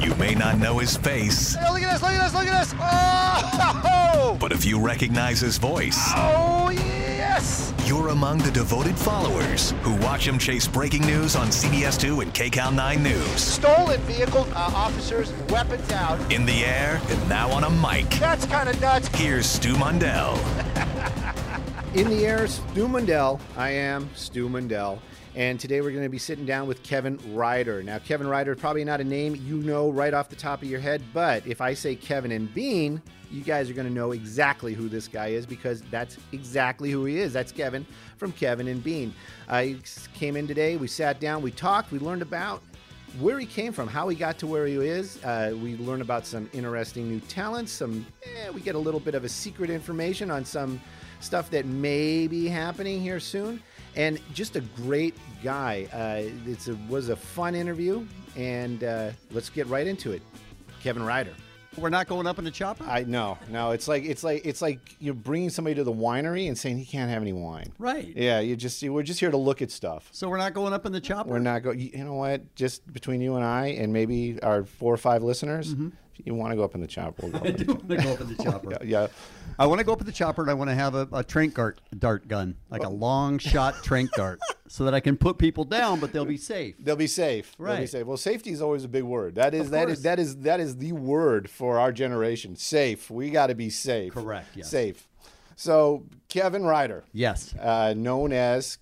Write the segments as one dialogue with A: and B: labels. A: You may not know his face,
B: Oh, look at this, look at this, look at this. Oh,
A: but if you recognize his voice,
B: oh yes.
A: you're among the devoted followers who watch him chase breaking news on CBS2 and KCAL 9 News.
B: Stolen vehicle, uh, officers, weapons out.
A: In the air and now on a mic.
B: That's kind of nuts.
A: Here's Stu Mundell.
C: In the air, Stu Mundell. I am Stu Mundell. And today we're going to be sitting down with Kevin Ryder. Now, Kevin Ryder is probably not a name you know right off the top of your head, but if I say Kevin and Bean, you guys are going to know exactly who this guy is because that's exactly who he is. That's Kevin from Kevin and Bean. Uh, he s- came in today, we sat down, we talked, we learned about where he came from, how he got to where he is. Uh, we learn about some interesting new talents. Some eh, we get a little bit of a secret information on some stuff that may be happening here soon. And just a great guy. Uh, it's a, was a fun interview, and uh, let's get right into it. Kevin Ryder.
D: We're not going up in the chopper?
C: I know, no, it's like it's like it's like you're bringing somebody to the winery and saying he can't have any wine.
D: Right.
C: Yeah, you just we're just here to look at stuff.
D: so we're not going up in the chopper?
C: We're not going. You know what? Just between you and I, and maybe our four or five listeners,
D: Mm-hmm.
C: if you want to go up in the chopper, we'll go. up
D: I
C: in the
D: do want to go up in the chopper.
C: chopper. yeah.
D: I want to go up in the chopper and I want to have a, a trank dart, dart gun, like a long shot trank dart, so that I can put people down, but they'll be safe.
C: They'll be safe. They'll be
D: Right.
C: safe. Well, safety is always a big word. That is
D: Of
C: that
D: course.
C: is that is that is the word for our generation. Safe. We got to be safe.
D: Correct, yes.
C: Safe. So Kevin Ryder,
D: Yes.
C: uh, known as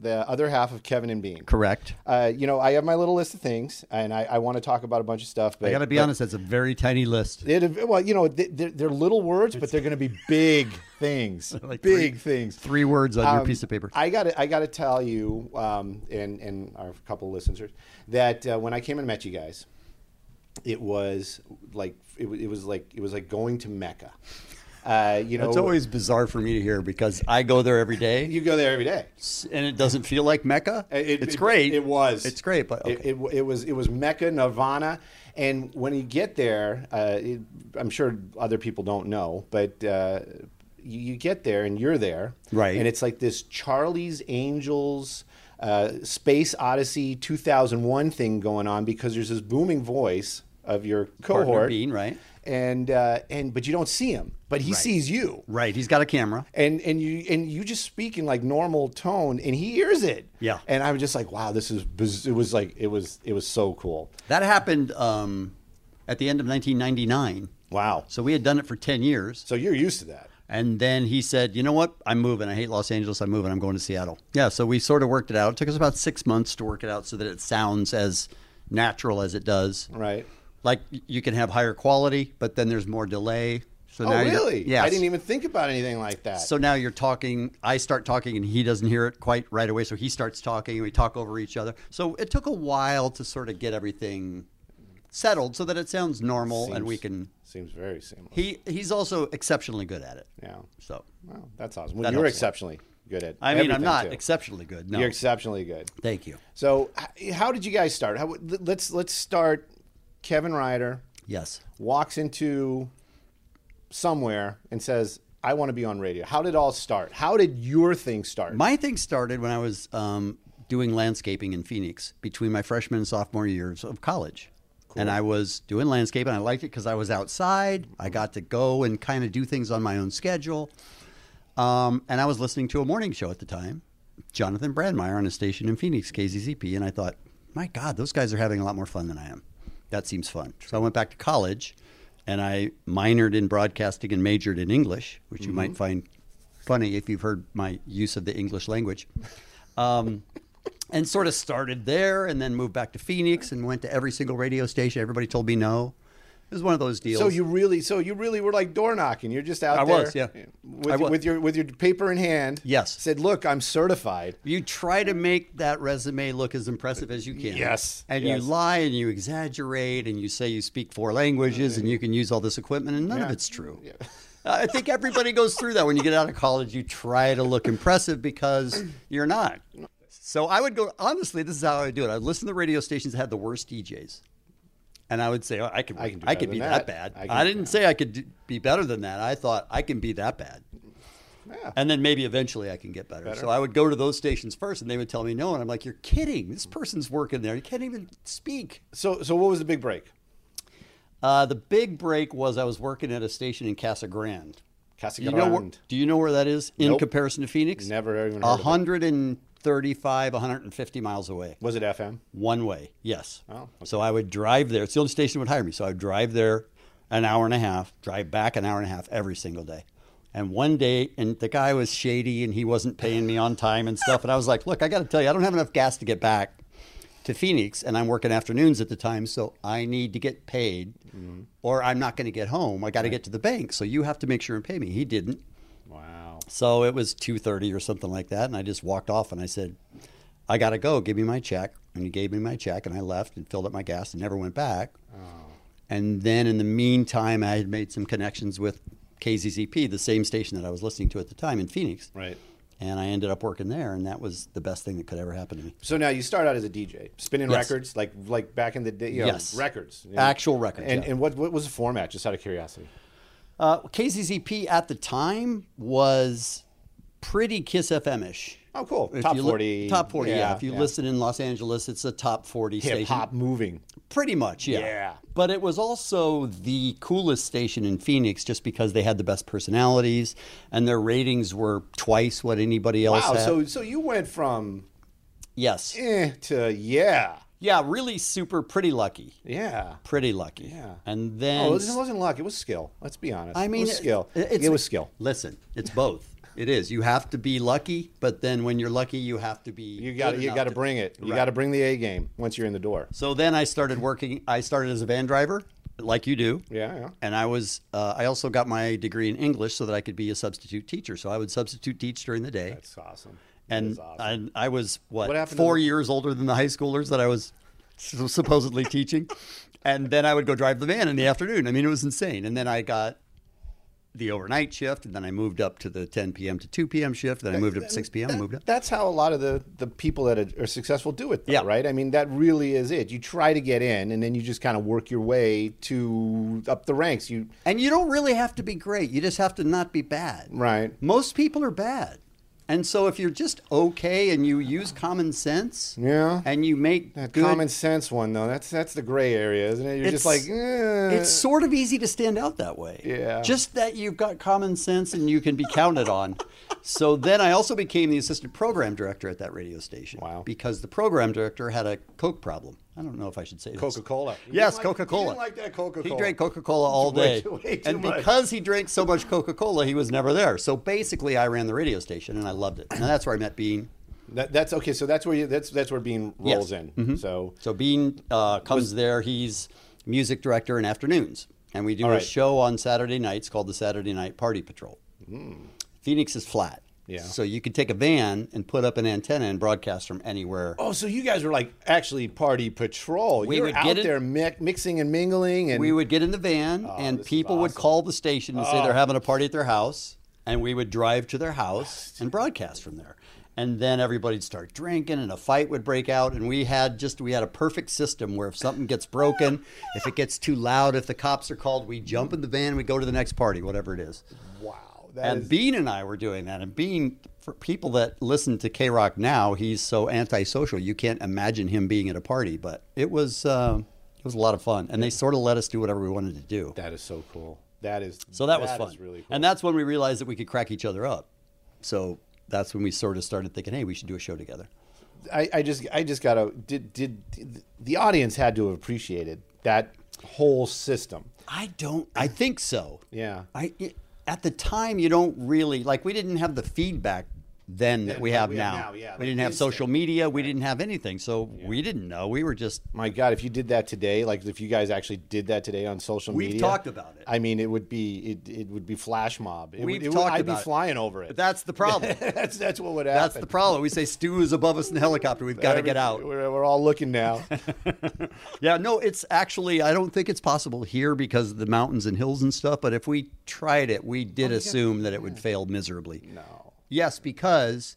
C: the other half of Kevin and Bean.
D: Correct.
C: Uh, you know, I have my little list of things, and I, I want to talk about a bunch of stuff. But
D: I got to be
C: but-
D: honest, that's a very tiny list.
C: It, well, you know, th- they're, they're little words, but they're going to be big things.
D: Like three-
C: big things.
D: Three words on your
C: Um,
D: piece of paper.
C: I got to I got to tell you, um, and and our couple of listeners, that uh, when I came and met you guys, it was like it, wa- it was like it was like going to Mecca. Uh, you know,
D: It's always bizarre for me to hear because I go there every day
C: you go there every day.
D: and it doesn't feel like Mecca.
C: It- Uh, it-
D: it's
C: it-
D: great.
C: It was.
D: It's great, but okay.
C: It- it, it was it was Mecca Nirvana, and when you get there, uh, it, I'm sure other people don't know, but uh, you, you get there and you're there,
D: Right.
C: And it's like this Charlie's Angels. Uh, Space Odyssey 2001 thing going on because there's this booming voice of your
D: Partner
C: cohort,
D: Bean, right?
C: and uh, and but you don't see him, but he sees you,
D: Right. He's got a camera.
C: and and you and you just speak in like normal tone and he hears it
D: Yeah.
C: and i'm just like wow this is biz- it was like it was it was so cool
D: That happened um, at the end of 1999.
C: wow
D: So we had done it for 10 years.
C: so you're used to that
D: And then he said, you know what? I'm moving. I hate Los Angeles. I'm moving. I'm going to Seattle. Yeah. So we sort of worked it out. It took us about six months to work it out so that it sounds as natural as it does.
C: right
D: Like y- you can have higher quality, but then there's more delay. So
C: oh
D: now you're-
C: really
D: Yes.
C: i didn't even think about anything like that
D: So now you're talking. I start talking, and he doesn't hear it quite right away. So he starts talking, and we talk over each other. So it took a while to sort of get everything settled, so that it sounds normal, and we can.
C: seems very similar
D: He he's also exceptionally good at it.
C: yeah
D: So
C: wow that's awesome well,
D: That
C: you're
D: helps a lot.
C: exceptionally good at
D: I mean, I'm
C: everything,
D: not
C: too.
D: exceptionally good. No,
C: you're exceptionally good
D: thank you.
C: so h- how did you guys start how, let's let's start kevin ryder
D: Yes.
C: walks into somewhere and says, I want to be on radio. How did it all start? How did your thing start?
D: My thing started when I was um, doing landscaping in Phoenix between my freshman and sophomore years of college. And I was doing landscaping. I liked it because I was outside. I got to go and kind of do things on my own schedule. Um, and I was listening to a morning show at the time, Jonathan Brandmeier on a station in Phoenix, KZZP. And I thought, my God, those guys are having a lot more fun than I am. That seems fun. So I went back to college and I minored in broadcasting and majored in English, which you might find funny if you've heard my use of the English language. Um, and sort of started there and then moved back to Phoenix and went to every single radio station. Everybody told me no. It was one of those deals.
C: so you really, so you really were like door knocking. You're just out
D: I
C: there,
D: was, yeah.
C: with,
D: I was.
C: with your with your paper in hand.
D: Yes.
C: said, look, I'm certified.
D: You try to make that resume look as impressive as you can.
C: Yes,
D: And
C: yes.
D: you lie and you exaggerate and you say you speak four languages
C: Uh-huh.
D: and you can use all this equipment and none of it's true. I think everybody goes through that when you get out of college. You try to look impressive because you're not. So I would go, honestly, this is how I would do it. I'd listen to the radio stations that had the worst DJs. And I would say, oh, I could, I
C: can
D: could,
C: do better
D: be
C: than
D: that,
C: that.
D: bad.
C: I
D: I,
C: can-
D: didn't say I could do, be better than that. I thought I can be that bad and then maybe eventually I can get better. So I would go to those stations first, and they would tell me no, and I'm like, "You're kidding! This person's working there. You can't even speak."
C: So, so what was the big break?
D: Uh, the big break was I was working at a station in Casa Grande.
C: Casa
D: Do you know where,
C: Grande.
D: do you know where that is in
C: Nope.
D: comparison to Phoenix?
C: Never even heard of it.
D: 135, 150 miles away.
C: Was it FM?
D: One way, yes.
C: Oh, okay.
D: So I would drive there. It's the only station that would hire me. So I would drive there an hour and a half, drive back an hour and a half every single day. And one day, and the guy was shady and he wasn't paying me on time and stuff. And I was like, look, I got to tell you, I don't have enough gas to get back to Phoenix. And I'm working afternoons at the time. So I need to get paid
C: Mm-hmm.
D: or I'm not going to get home. I got to get to the bank. So you have to make sure and pay me. He didn't.
C: Wow.
D: So it was 2:30 or something like that and I just walked off and I said, "I got to go, give me my check." And he gave me my check and I left and filled up my gas and never went back.
C: Oh.
D: And then in the meantime, I had made some connections with KZZP, the same station that I was listening to at the time in Phoenix.
C: Right.
D: And I ended up working there and that was the best thing that could ever happen to me.
C: So now you start out as a DJ, spinning
D: Yes.
C: records, like like back in the day. You know,
D: Yes.
C: Records. you
D: Actual records,
C: And
D: yeah.
C: and what what was the format? Just out of curiosity.
D: Uh, KZZP at the time was pretty Kiss FM ish.
C: Oh, cool. Top 40.
D: Top 40, yeah.
C: Yeah,
D: If you
C: yeah.
D: listen in Los Angeles, it's a top 40
C: Hip
D: station.
C: hop moving.
D: Pretty much, yeah.
C: Yeah.
D: But it was also the coolest station in Phoenix just because they had the best personalities and their ratings were twice what anybody else
C: Wow.
D: had.
C: So so you went from
D: yes.
C: eh to yeah
D: Yeah, really super pretty lucky.
C: yeah.
D: Pretty lucky.
C: Yeah.
D: And then
C: Oh, this wasn't luck. It was skill. Let's be honest.
D: I mean
C: it was skill.
D: it-
C: It,
D: it's-
C: was skill.
D: Listen, it's both. It is. You have to be lucky, but then when you're lucky, you have to be
C: You got
D: good
C: you
D: enough
C: got to bring it. You
D: Right.
C: got to bring the A game once you're in the door.
D: So then I started working. I started as a van driver, like you do.
C: Yeah, yeah.
D: And I was. Uh, I also got my degree in English so that I could be a substitute teacher. So I would substitute teach during the day.
C: That's awesome.
D: and I, I was what,
C: What happened to
D: four
C: the-
D: years older than the high schoolers that I was s- supposedly teaching. And then I would go drive the van in the afternoon. I mean, it was insane. And then I got the overnight shift, and then I moved up to the 10 p.m. to 2 p.m. shift. Then I moved up to 6 p.m.
C: That-
D: moved up.
C: That's how a lot of the, the people that are- are successful do it, though,
D: Yeah.
C: right? I mean, that really is it. You try to get in, and then you just kind of work your way to up the ranks. You
D: And you don't really have to be great. You just have to not be bad.
C: Right.
D: Most people are bad. And so if you're just okay and you use common sense
C: Yeah.
D: and you make
C: that
D: good
C: common sense one though. That's that's the gray area, isn't it? You're just like, eh.
D: it's sort of easy to stand out that way.
C: Yeah.
D: Just that you've got common sense and you can be counted on. So then I also became the assistant program director at that radio station.
C: Wow.
D: Because the program director had a Coke problem. I don't know if I should say this.
C: Coca-Cola. He
D: Yes,
C: didn't like-
D: Coca Cola.
C: he didn't like that Coca-Cola.
D: He drank Coca Cola all
C: Way
D: day.
C: too- way too
D: and
C: much.
D: because he drank so much Coca Cola, he was never there. So basically, I ran the radio station and I loved it. And that's where I met Bean.
C: That, that's okay. So that's where you, that's that's where Bean rolls
D: Yes. Mm-hmm.
C: in. So
D: So Bean uh, comes there. He's music director in afternoons, and we do
C: All
D: a
C: right.
D: show on Saturday nights called the Saturday Night Party Patrol. Phoenix is flat,
C: Hmm. Yeah.
D: So you could take a van and put up an antenna and broadcast from anywhere.
C: Oh, so you guys were like actually party patrol.
D: We
C: you were
D: would
C: out
D: get it-
C: there mi- mixing and mingling, and Oh,
D: We would get in the van, and
C: this is
D: people would
C: awesome. Oh.
D: call the station and say they're having a party at their house, and we would drive to their house and broadcast from there. And then everybody'd start drinking, and a fight would break out. And we had just we had a perfect system where if something gets broken, if it gets too loud, if the cops are called, we jump in the van, we go to the next party, whatever it is.
C: wow. That
D: And
C: is
D: Bean and I were doing that. And Bean, for people that listen to K Rock now, he's so antisocial. You can't imagine him being at a party. But it was uh, it was a lot of fun, and they sort of let us do whatever we wanted to do.
C: that is so cool. That is
D: So that, was
C: is
D: fun.
C: really cool.
D: And that's when we realized that we could crack each other up. So that's when we sort of started thinking, hey, we should do a show together.
C: I, I just I just gotta did, did did the audience had to have appreciated that whole system.
D: I don't. I think so.
C: Yeah.
D: I it- at the time you don't really like. We didn't have the feedback then that we
C: that
D: have
C: we have
D: now.
C: now, yeah,
D: we
C: like
D: didn't have
C: instant.
D: social media. We didn't have anything. So we didn't know. We were just
C: My God, if you did that today, like if you guys actually did that today on social
D: We've
C: media,
D: talked about it.
C: I mean, it would be it, it would be flash mob. It would-
D: We've
C: it would,
D: talked
C: I'd
D: about
C: be
D: it.
C: flying over it.
D: That's the problem.
C: that's that's what would happen.
D: That's the problem. We say Stu is above us in the helicopter. We've got to get out.
C: We're, we're all looking now.
D: Yeah, no, it's actually I don't think it's possible here because of the mountains and hills and stuff. But if we tried it, we did assume that it would fail miserably.
C: Oh, no.
D: Yes, because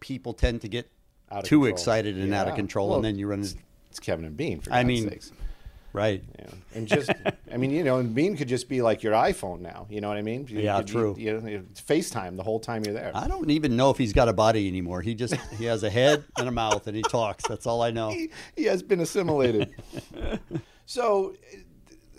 D: people tend to get
C: Out of
D: too
C: control.
D: excited and out of
C: Yeah.
D: control,
C: Well,
D: and then you run. into
C: It's Kevin and Bean. For
D: I
C: God's
D: mean,
C: sakes.
D: right.
C: Yeah. and just I mean, you know, and Bean could just be like your iPhone now. You know what I mean? You
D: Yeah,
C: could-
D: true.
C: You, you know, it's FaceTime the whole time you're there.
D: I don't even know if he's got a body anymore. He just he has a head and a mouth, and he talks. That's all I know.
C: he has been assimilated. so,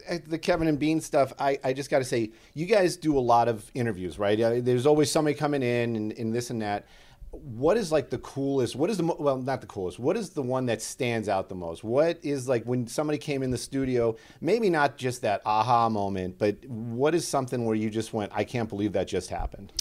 C: uh, the Kevin and Bean stuff, I, I just got to say, you guys do a lot of interviews, right? Uh, There's always somebody coming in and, and this and that. What is like the coolest? What is the mo- well, not the coolest. What is the one that stands out the most? What is like when somebody came in the studio? Maybe not just that aha moment, but what is something where you just went, I can't believe that just happened?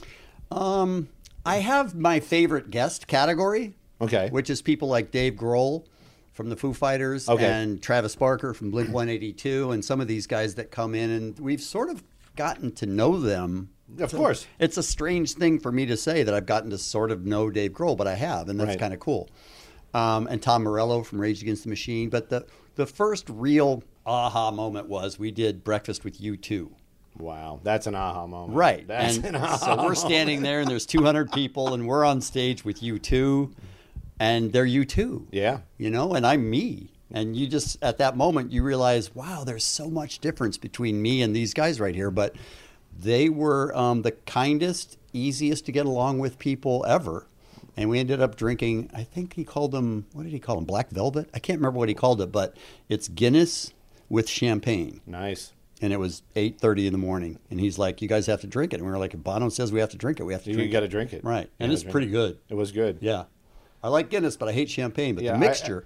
D: Um, I have my favorite guest category.
C: Okay.
D: Which is people like Dave Grohl from the Foo Fighters
C: Okay.
D: and Travis Barker from Blink 182 and some of these guys that come in and we've sort of gotten to know them.
C: Of course.
D: It's a strange thing for me to say that I've gotten to sort of know Dave Grohl, but I have, and that's
C: Right.
D: kind of cool. Um, and Tom Morello from Rage Against the Machine. But the, the first real aha moment was we did Breakfast with You Too.
C: Wow, that's an aha moment.
D: Right.
C: That's
D: and
C: an aha.
D: so we're standing there and there's 200 people and we're on stage with you two and they're you two.
C: Yeah.
D: You know, and I'm me. And you just at that moment you realize, wow, there's so much difference between me and these guys right here, but they were um, the kindest, easiest to get along with people ever. And we ended up drinking, I think he called them, what did he call them? Black Velvet? I can't remember what he called it, but it's Guinness with champagne
C: Nice.
D: and it was 8.30 in the morning and he's like you guys have to drink it and we were like if bono says we have to drink it we have to
C: You
D: drink
C: gotta
D: it
C: drink it.
D: right
C: You
D: and
C: gotta
D: it's
C: drink
D: pretty
C: it.
D: good
C: It was good.
D: yeah i like guinness but i hate champagne but
C: Yeah, I-
D: the mixture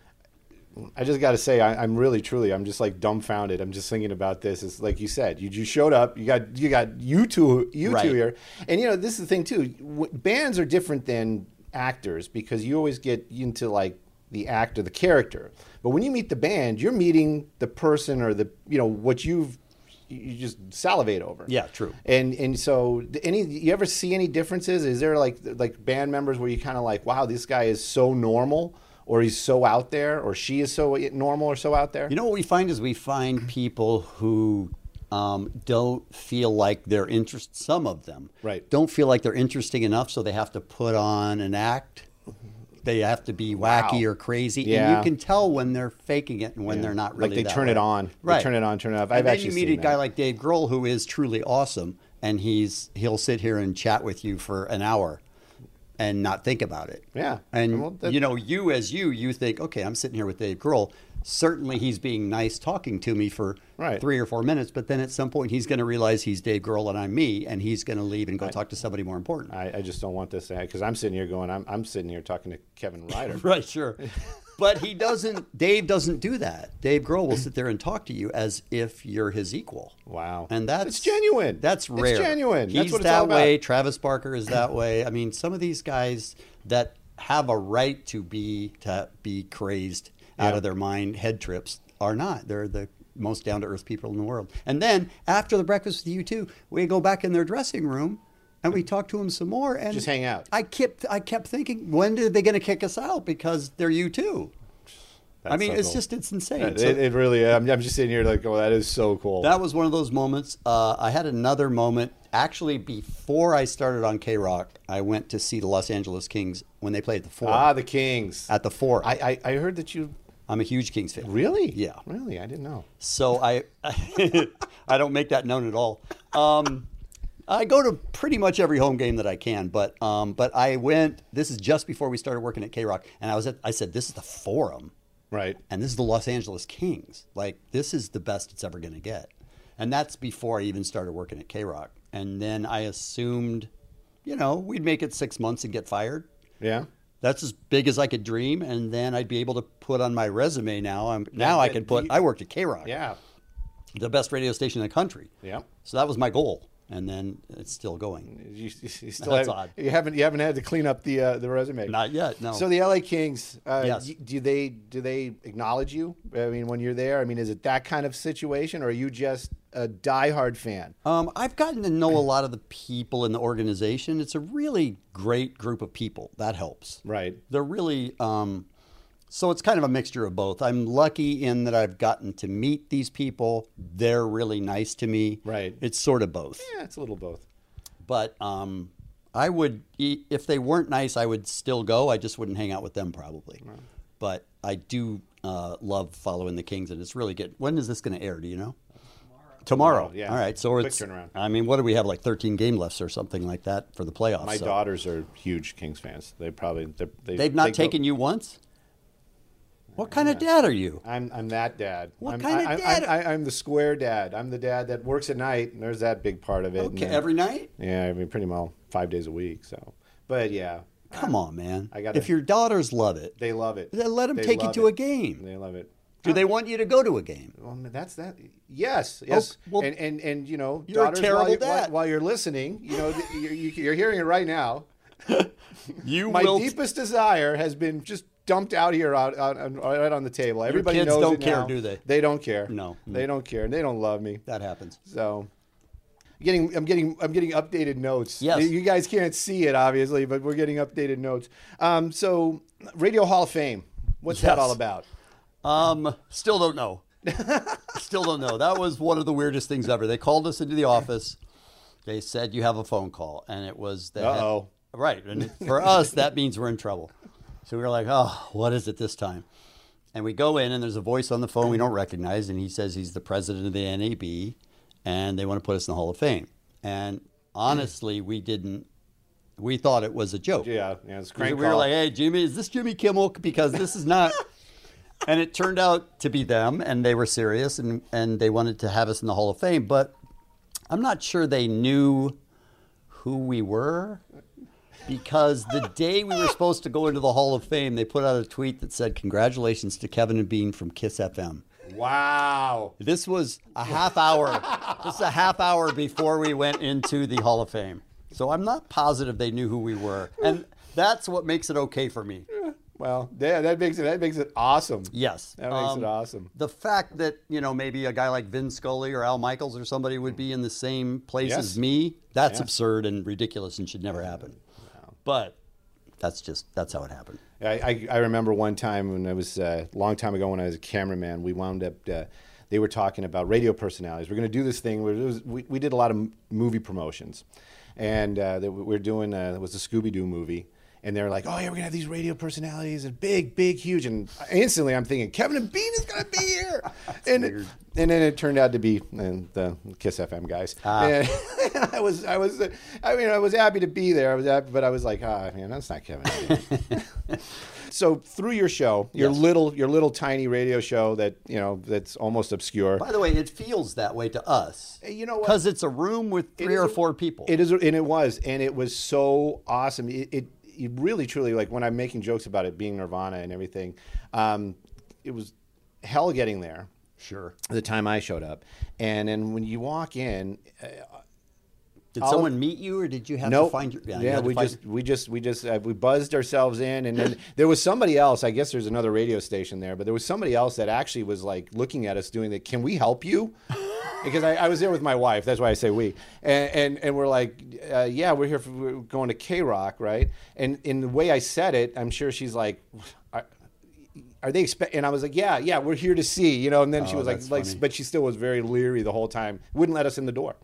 C: I just got to say, I, I'm really, truly, I'm just like dumbfounded. I'm just thinking about this. It's like you said, you, you showed up. You got, you got you two, you
D: Right.
C: two here, and you know this is the thing too. W- Bands are different than actors because you always get into like the actor, the character. But when you meet the band, you're meeting the person or the, you know, what you've, you just salivate over.
D: Yeah, true.
C: And and so d- any you ever see any differences? Is there like like band members where you kind of like, wow, this guy is so normal, or he's so out there, or she is so eh, normal or so out there?
D: you know what we find is we find people who um, don't feel like they're interest some of them
C: Right.
D: don't feel like they're interesting enough so they have to put on an act they have to be wacky
C: Wow.
D: or crazy and
C: Yeah.
D: you can tell when they're faking it and when they're not really
C: like they
D: that
C: turn
D: way.
C: it on,
D: right
C: They turn it on, turn it off. I've
D: and then
C: actually
D: you meet
C: seen
D: a guy
C: that.
D: like Dave Grohl who is truly awesome, and he's he'll sit here and chat with you for an hour and not think about it.
C: Yeah.
D: and
C: Well, that-
D: you know, you as you, you think, okay, I'm sitting here with Dave Grohl. Certainly, he's being nice, talking to me for
C: Right.
D: three or four minutes. But then at some point, he's going to realize he's Dave Grohl and I'm me, and he's going to leave and go talk to somebody more important.
C: I, I just don't want this because I'm sitting here going, I'm, I'm sitting here talking to Kevin Ryder.
D: Right, sure. But he doesn't. Dave doesn't do that. Dave Grohl will sit there and talk to you as if you're his equal.
C: Wow.
D: and that's
C: It's genuine.
D: That's
C: It's
D: rare.
C: genuine.
D: He's
C: That's what it's
D: that
C: all about.
D: way. Travis Barker is that way. I mean, some of these guys that have a right to be to be crazed out
C: Yeah.
D: of their mind, head trips are not. They're the most down to earth people in the world. And then after the breakfast with you two, we go back in their dressing room. And we talk to them some more, and
C: Just hang out.
D: I kept, I kept thinking, when are they going to kick us out? Because they're you too. I
C: That's
D: mean,
C: so
D: it's
C: cool.
D: just, it's insane.
C: it,
D: So-
C: it really. I'm, I'm just sitting here like, oh, that is so cool.
D: that was one of those moments. Uh, I had another moment actually before I started on K Rock. I went to see the Los Angeles Kings when they played the four
C: ah, the Kings.
D: at the four. I,
C: I, I I heard that you
D: am a huge Kings fan.
C: really.
D: Yeah.
C: Really, I didn't know.
D: So I I don't make that known at all. Um, I go to pretty much every home game that I can, but um, but I went. This is just before we started working at K Rock, and I was at. I said, "This is the Forum."
C: Right.
D: and this is the Los Angeles Kings. Like this is the best it's ever going to get. And that's before I even started working at K Rock. And then I assumed, you know, we'd make it six months and get fired.
C: Yeah.
D: That's as big as I could dream. And then I'd be able to put on my resume now. I'm now I can put. I worked at K Rock,
C: Yeah.
D: the best radio station in the country.
C: Yeah.
D: So that was my goal. And then it's still going.
C: You, you- you still haven't,
D: That's odd.
C: You haven't you haven't had to clean up the uh, the resume.
D: Not yet, no.
C: So the LA Kings, uh,
D: Yes.
C: y- do they do they acknowledge you? I mean, when you're there, I mean, is it that kind of situation, or are you just a diehard fan?
D: Um, I've gotten to know a lot of the people in the organization. It's a really great group of people. That helps.
C: Right.
D: They're really, um, so it's kind of a mixture of both. I'm lucky in that I've gotten to meet these people. They're really nice to me.
C: Right.
D: It's sort of both.
C: Yeah, it's a little both.
D: But um, I would, e- if they weren't nice, I would still go. I just wouldn't hang out with them probably. But I do uh, love following the Kings, and it's really good. When is this going to air? Do you know? Tomorrow.
C: Tomorrow, yeah.
D: All right. So
C: Quick
D: it's.
C: turnaround.
D: I mean, what do we have? Like 13 game lefts or something like that for the playoffs.
C: My
D: so.
C: daughters are huge Kings fans. They probably they're, they
D: They've not
C: they go-
D: taken you once. What kind of dad are you?
C: I'm I'm that dad.
D: What
C: I'm,
D: kind of
C: I,
D: dad
C: I, I, I, am the square dad. I'm the dad that works at night, and there's that big part of it. and
D: Okay,
C: then-
D: every night?
C: Yeah, I mean, pretty well five days a week. So, but yeah,
D: Come on, man.
C: I gotta-
D: if your daughters love it,
C: they love it.
D: Then let 'em
C: They
D: take you
C: love
D: to a
C: it.
D: game.
C: They love it.
D: do they want you to go to a game?
C: Well, that's that. Yes, yes.
D: Oh, well,
C: and and and you know,
D: you're a
C: daughters,
D: terrible
C: while you-
D: dad.
C: While, while you're listening, you know, th- you're, you're hearing it right now.
D: You
C: My deepest desire has been just dumped out here, out, out, out right on the table. Everybody
D: kids
C: knows
D: don't
C: it
D: care,
C: now.
D: do they?
C: They don't care.
D: No.
C: they don't care, and they don't love me.
D: that happens.
C: So, getting I'm getting I'm getting updated notes.
D: Yes.
C: you guys can't see it obviously, but we're getting updated notes. Um, so, Radio Hall of Fame. What's that
D: Yes.
C: all about?
D: Um, still don't know. still don't know. That was one of the weirdest things ever. They called us into the office. They said you have a phone call, and it was that.
C: Uh-oh.
D: Right, and for us that means we're in trouble. So we were like, oh, what is it this time? And we go in, and there's a voice on the phone we don't recognize, and he says he's the president of the NAB, and they want to put us in the Hall of Fame. And honestly, we didn't. We thought it was a joke.
C: Yeah, yeah, it's a
D: We
C: crank
D: were
C: call.
D: like, hey, Jimmy, is this Jimmy Kimmel? Because this is not. and it turned out to be them, and they were serious, and, and they wanted to have us in the Hall of Fame. But I'm not sure they knew who we were because the day we were supposed to go into the Hall of Fame, they put out a tweet that said, Congratulations to Kevin and Bean from Kiss FM.
C: wow.
D: This was a half hour. this is a half hour before we went into the Hall of Fame. So I'm not positive they knew who we were, and that's what makes it okay for me.
C: Well, Um, yeah, that makes it that makes it awesome.
D: Yes, Um,
C: That makes it awesome.
D: The fact that you know maybe a guy like Vin Scully or Al Michaels or somebody would be in the same place
C: Yes.
D: as me—that's
C: Yes.
D: absurd and ridiculous and should never happen. But that's just that's how it happened.
C: I, I, I remember one time when I was uh, a long time ago when I was a cameraman, we wound up, uh, they were talking about radio personalities. We're going to do this thing. Where it was, we, we did a lot of m- movie promotions. And uh, they, we we're doing, uh, it was a Scooby Doo movie. And they're like, oh, yeah, we're going to have these radio personalities and big, big, huge. And instantly I'm thinking, Kevin and Bean is going to be here. and, and then it turned out to be uh, the Kiss FM guys. And- I was, I was, uh, I mean, I was happy to be there. I was happy, but I was like, ah, man, that's not Kevin. and Bean." so through your show, your
D: Yes.
C: little, your little tiny radio show that you know that's almost obscure.
D: By the way, it feels that way to us.
C: you know what?
D: Because it's a room with
C: It
D: three or
C: is a-
D: four people.
C: It is, and it was, and it was so awesome. It, it, it really, truly, like when I'm making jokes about it being Nirvana and everything, um, it was hell getting there.
D: sure.
C: The time I showed up, and then when you walk in,
D: Did
C: All of-
D: someone meet you, or did you have
C: No,
D: to find your?
C: yeah,
D: you had to
C: we
D: find-
C: just we just we just uh, we buzzed ourselves in, and then there was somebody else. I guess there's another radio station there, but there was somebody else that actually was like looking at us, doing the "Can we help you?" Because I, I was there with my wife. That's why I say we. And and, and we're like, uh, yeah, we're here. For, we're going to K Rock, right? And in the way I said it, I'm sure she's like. Are, are they expect? And I was like, yeah, yeah, we're here to see, you know. And then she
D: Oh,
C: was like,
D: that's
C: like,
D: funny.
C: but she still was very leery the whole time. Wouldn't let us in the door.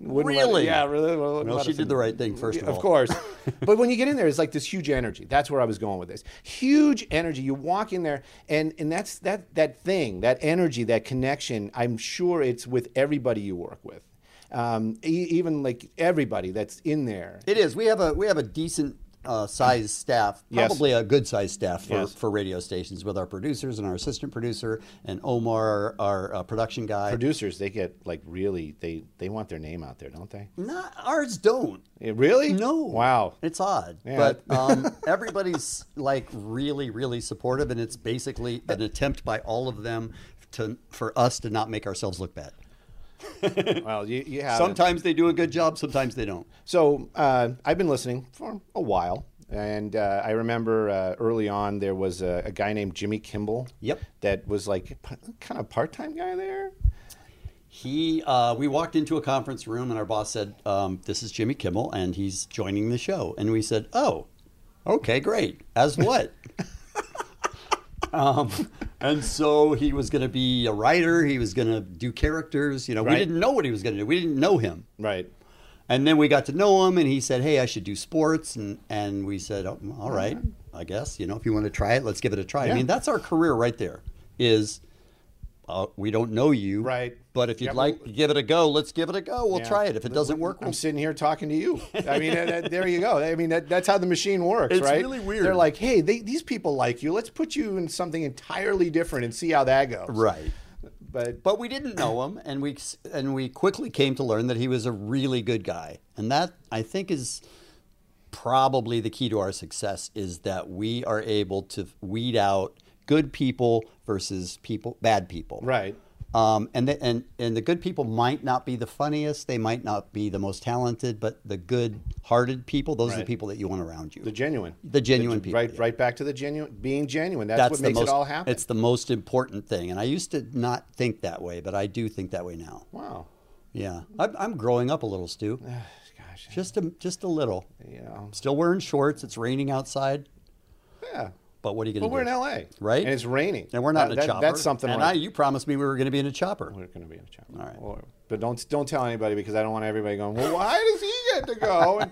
C: Wouldn't Let,
D: Really?
C: yeah, really. wouldn't
D: Well,
C: let
D: she
C: us
D: did
C: in-
D: the right thing, first of all.
C: course. but when you get in there, it's like this huge energy. That's where I was going with this. Huge energy. You walk in there, and and that's that that thing, that energy, that connection. I'm sure it's with everybody you work with, um, e- even like everybody that's in there.
D: It is. We have a we have a decent uh, size staff,
C: Yes.
D: probably a good size staff for,
C: Yes.
D: for radio stations with our producers and our assistant producer and Omar, our, uh, production guy.
C: Producers, they get like really they they want their name out there, don't they?
D: Not ours. Don't.
C: Eh, Really?
D: No.
C: Wow.
D: It's odd,
C: Yeah.
D: but um, everybody's like really, really supportive, and it's basically an attempt by all of them to for us to not make ourselves look bad.
C: Well, you you have it.
D: Sometimes they do a good job, sometimes they don't.
C: So uh, I've been listening for a while, and uh, I remember uh, early on there was a, a guy named Jimmy Kimball.
D: Yep.
C: That was like p- kind of part time guy there.
D: He, uh, we walked into a conference room, and our boss said, um, "This is Jimmy Kimmel, and he's joining the show." And we said, "Oh, okay, great. As what?" um, and so he was going to be a writer. He was going to do characters. You know,
C: Right.
D: we didn't know what he was going to do. We didn't know him.
C: Right.
D: And then we got to know him, and he said, "Hey, I should do sports." And and we said, oh, "All right, I guess you know if you want to try it, let's give it a try." I
C: Yeah.
D: mean, that's our career right there. Is uh, we don't know you,
C: Right.
D: But if you'd
C: Yeah,
D: like to give it a go, let's give it a go. We'll
C: Yeah.
D: try it. If it doesn't work, we'll
C: I'm sitting here talking to you. I mean, uh, that, that- there you go. I mean, that, that's how the machine works,
D: It's
C: right?
D: really weird.
C: They're like, hey, they, these people like you. Let's put you in something entirely different and see how that goes.
D: right.
C: But
D: But we didn't know him, and we and we quickly came to learn that he was a really good guy, and that I think is probably the key to our success is that we are able to weed out good people versus people bad people.
C: right,
D: Um, and, the, and, and the good people might not be the funniest. They might not be the most talented, but the good hearted people, those are the
C: Right.
D: people that you want around you.
C: the genuine,
D: The genuine people,
C: Right,
D: yeah.
C: right back to the genuine being genuine. That's,
D: That's
C: what
D: the
C: makes
D: most,
C: it all happen.
D: It's the most important thing. And I used to not think that way, but I do think that way now.
C: wow.
D: Yeah. I'm, I'm growing up a little, Stu.
C: Gosh,
D: Just a, just a little.
C: you know,
D: Still wearing shorts. It's raining outside.
C: yeah.
D: But what are you going to
C: But
D: do?
C: we're in LA,
D: Right?
C: And it's raining,
D: And we're not
C: That-
D: in a
C: that-
D: chopper.
C: That's something.
D: And
C: right.
D: I, you promised me we were going to be in a chopper.
C: We're going to be in a chopper.
D: All right.
C: Or- but don't don't tell anybody because I don't want everybody going. Well, why does he get to go? And-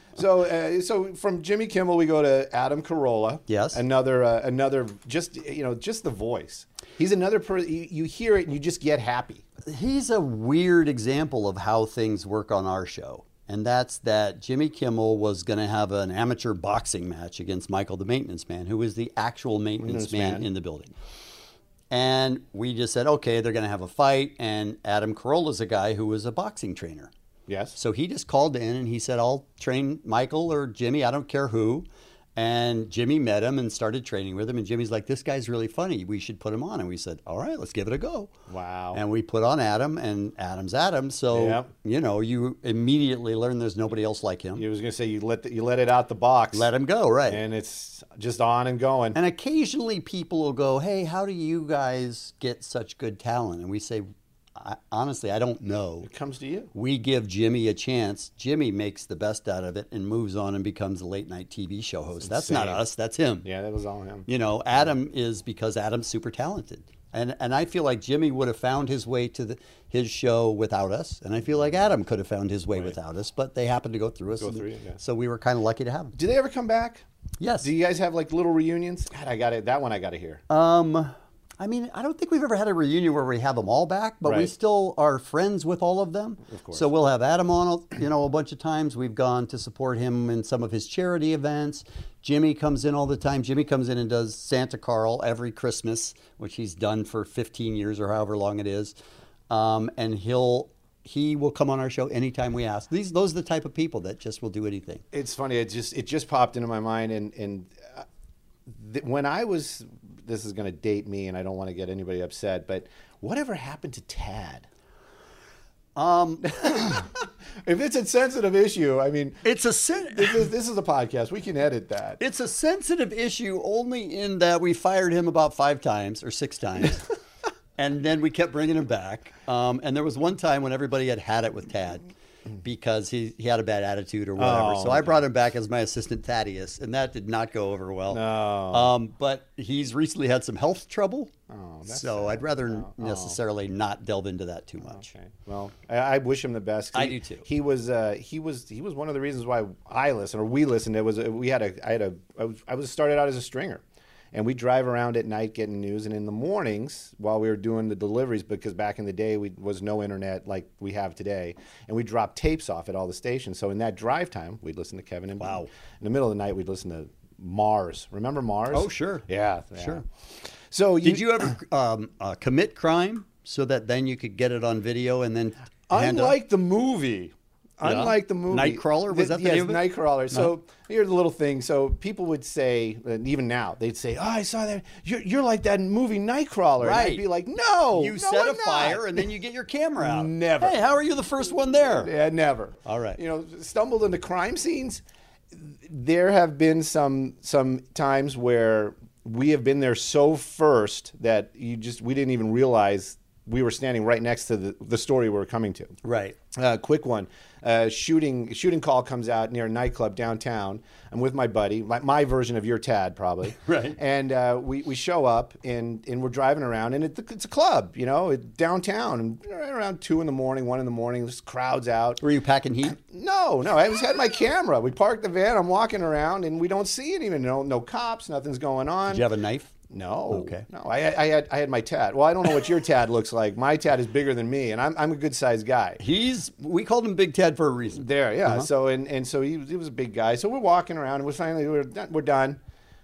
C: so uh, so from Jimmy Kimmel we go to Adam Carolla.
D: Yes.
C: Another uh, another just you know just the voice. He's another person. You, you hear it and you just get happy.
D: he's a weird example of how things work on our show. And that's that Jimmy Kimmel was going to have an amateur boxing match against Michael the Maintenance Man, who is the actual maintenance man, in the building. And we just said, okay, they're going to have a fight. And Adam Carolla's a guy who was a boxing trainer.
C: Yes.
D: So he just called in and he said, I'll train Michael or Jimmy, I don't care who. And Jimmy met him and started training with him. And Jimmy's like, this guy's really funny. We should put him on. And we said, all right, let's give it a go.
C: Wow.
D: And we put on Adam, and Adam's Adam. So,
C: Yep.
D: you know, you immediately learn there's nobody else like him.
C: I was going to say you let the, you let it out the box.
D: Let him go, right?
C: And it's just on and going.
D: And occasionally people will go, Hey, how do you guys get such good talent? And we say, I, Honestly, I don't know.
C: it comes to you.
D: We give Jimmy a chance. Jimmy makes the best out of it and moves on and becomes a late night TV show host. That's not
C: insane.
D: us, that's him.
C: Yeah, that was all him.
D: You know, Adam is because Adam's super talented. And and I feel like Jimmy would have found his way to the, his show without us. And I feel like Adam could have found his way without us, but they happened to go through us. and-
C: through you, yeah.
D: So we were kind of lucky to have him.
C: Do they ever come back?
D: Yes.
C: Do you guys have like little reunions? God, I got it. That one I got to hear.
D: Um, I mean, I don't think we've ever had a reunion where we have them all back, but we
C: Right.
D: still are friends with all of them. Of course. So we'll have Adam on, you know, a bunch of times. We've gone to support him in some of his charity events. Jimmy comes in all the time. Jimmy comes in and does Santa Carl every Christmas, which he's done for 15 years or however long it is. Um, and he'll he will come on our show anytime we ask. These those are the type of people that just will do anything.
C: it's funny. It just it just popped into my mind, and and uh, th- when I was, this is going to date me, and I don't want to get anybody upset, but whatever happened to Tad? Um, if it's a sensitive issue, I mean,
D: It's a
C: this is, this is a podcast. We can edit that.
D: It's a sensitive issue only in that we fired him about five times or six times. and then we kept bringing him back. Um, and there was one time when everybody had had it with Tad because he, he had a bad attitude or whatever. so I brought him back as my assistant Thaddeus, and that did not go over well. No. Um, but he's recently had some health trouble. so I'd rather necessarily not delve into that too much.
C: Okay. Well, I, I wish him the best.
D: I
C: He-
D: do too.
C: He was uh, he was he was one of the reasons why I listened or we listened. It was we had a I had a I was, I was started out as a stringer, and we drive around at night getting news, and in the mornings while we were doing the deliveries because back in the day we was no internet like we have today, and we dropped tapes off at all the stations. So in that drive time, we'd listen to Kevin and wow. In the middle of the night, we'd listen to Mars. Remember Mars?
D: Oh, sure.
C: Yeah, yeah.
D: Sure.
C: So
D: Did you ever um, uh, commit crime so that then you could get it on video and then hand up?
C: Unlike the movie. Unlike the movie.
D: Nightcrawler? Was that the
C: yes,
D: name of it?
C: Nightcrawler. So here's a little thing. So people would say, and even now, they'd say, "Oh, I saw that. You're, you're like that movie Nightcrawler." And
D: Right.
C: I'd be like, Oh. "No,
D: you
C: no,
D: set
C: I'm
D: a fire
C: not."
D: and then you get your camera out.
C: Never.
D: Hey, how are you the first one there?
C: Yeah, never.
D: All right.
C: You know, stumbled into crime scenes. There have been some some times where we have been there so first that you just we didn't even realize we were standing right next to the, the story we were coming to.
D: Right.
C: Uh, quick one. Uh, shooting shooting call comes out near a nightclub downtown. I'm with my buddy, my, my version of your Tad probably.
D: Right.
C: And uh, we, we show up and, and we're driving around and it, it's a club, you know, it, downtown and right around two in the morning, one in the morning, there's crowds out.
D: Were you packing heat?
C: No, no. I just had my camera. We parked the van. I'm walking around, and we don't see anyone. No, no cops. Nothing's going on.
D: Did you have a knife?
C: No.
D: Okay.
C: No, I, I had I had my tad. Well, I don't know what your tad looks like. My tad is bigger than me, and I'm I'm a good sized guy.
D: He's we called him Big Ted for a reason.
C: There, yeah. So and and so he was, he was a big guy. So we're walking around, and we're finally we're done, we're done.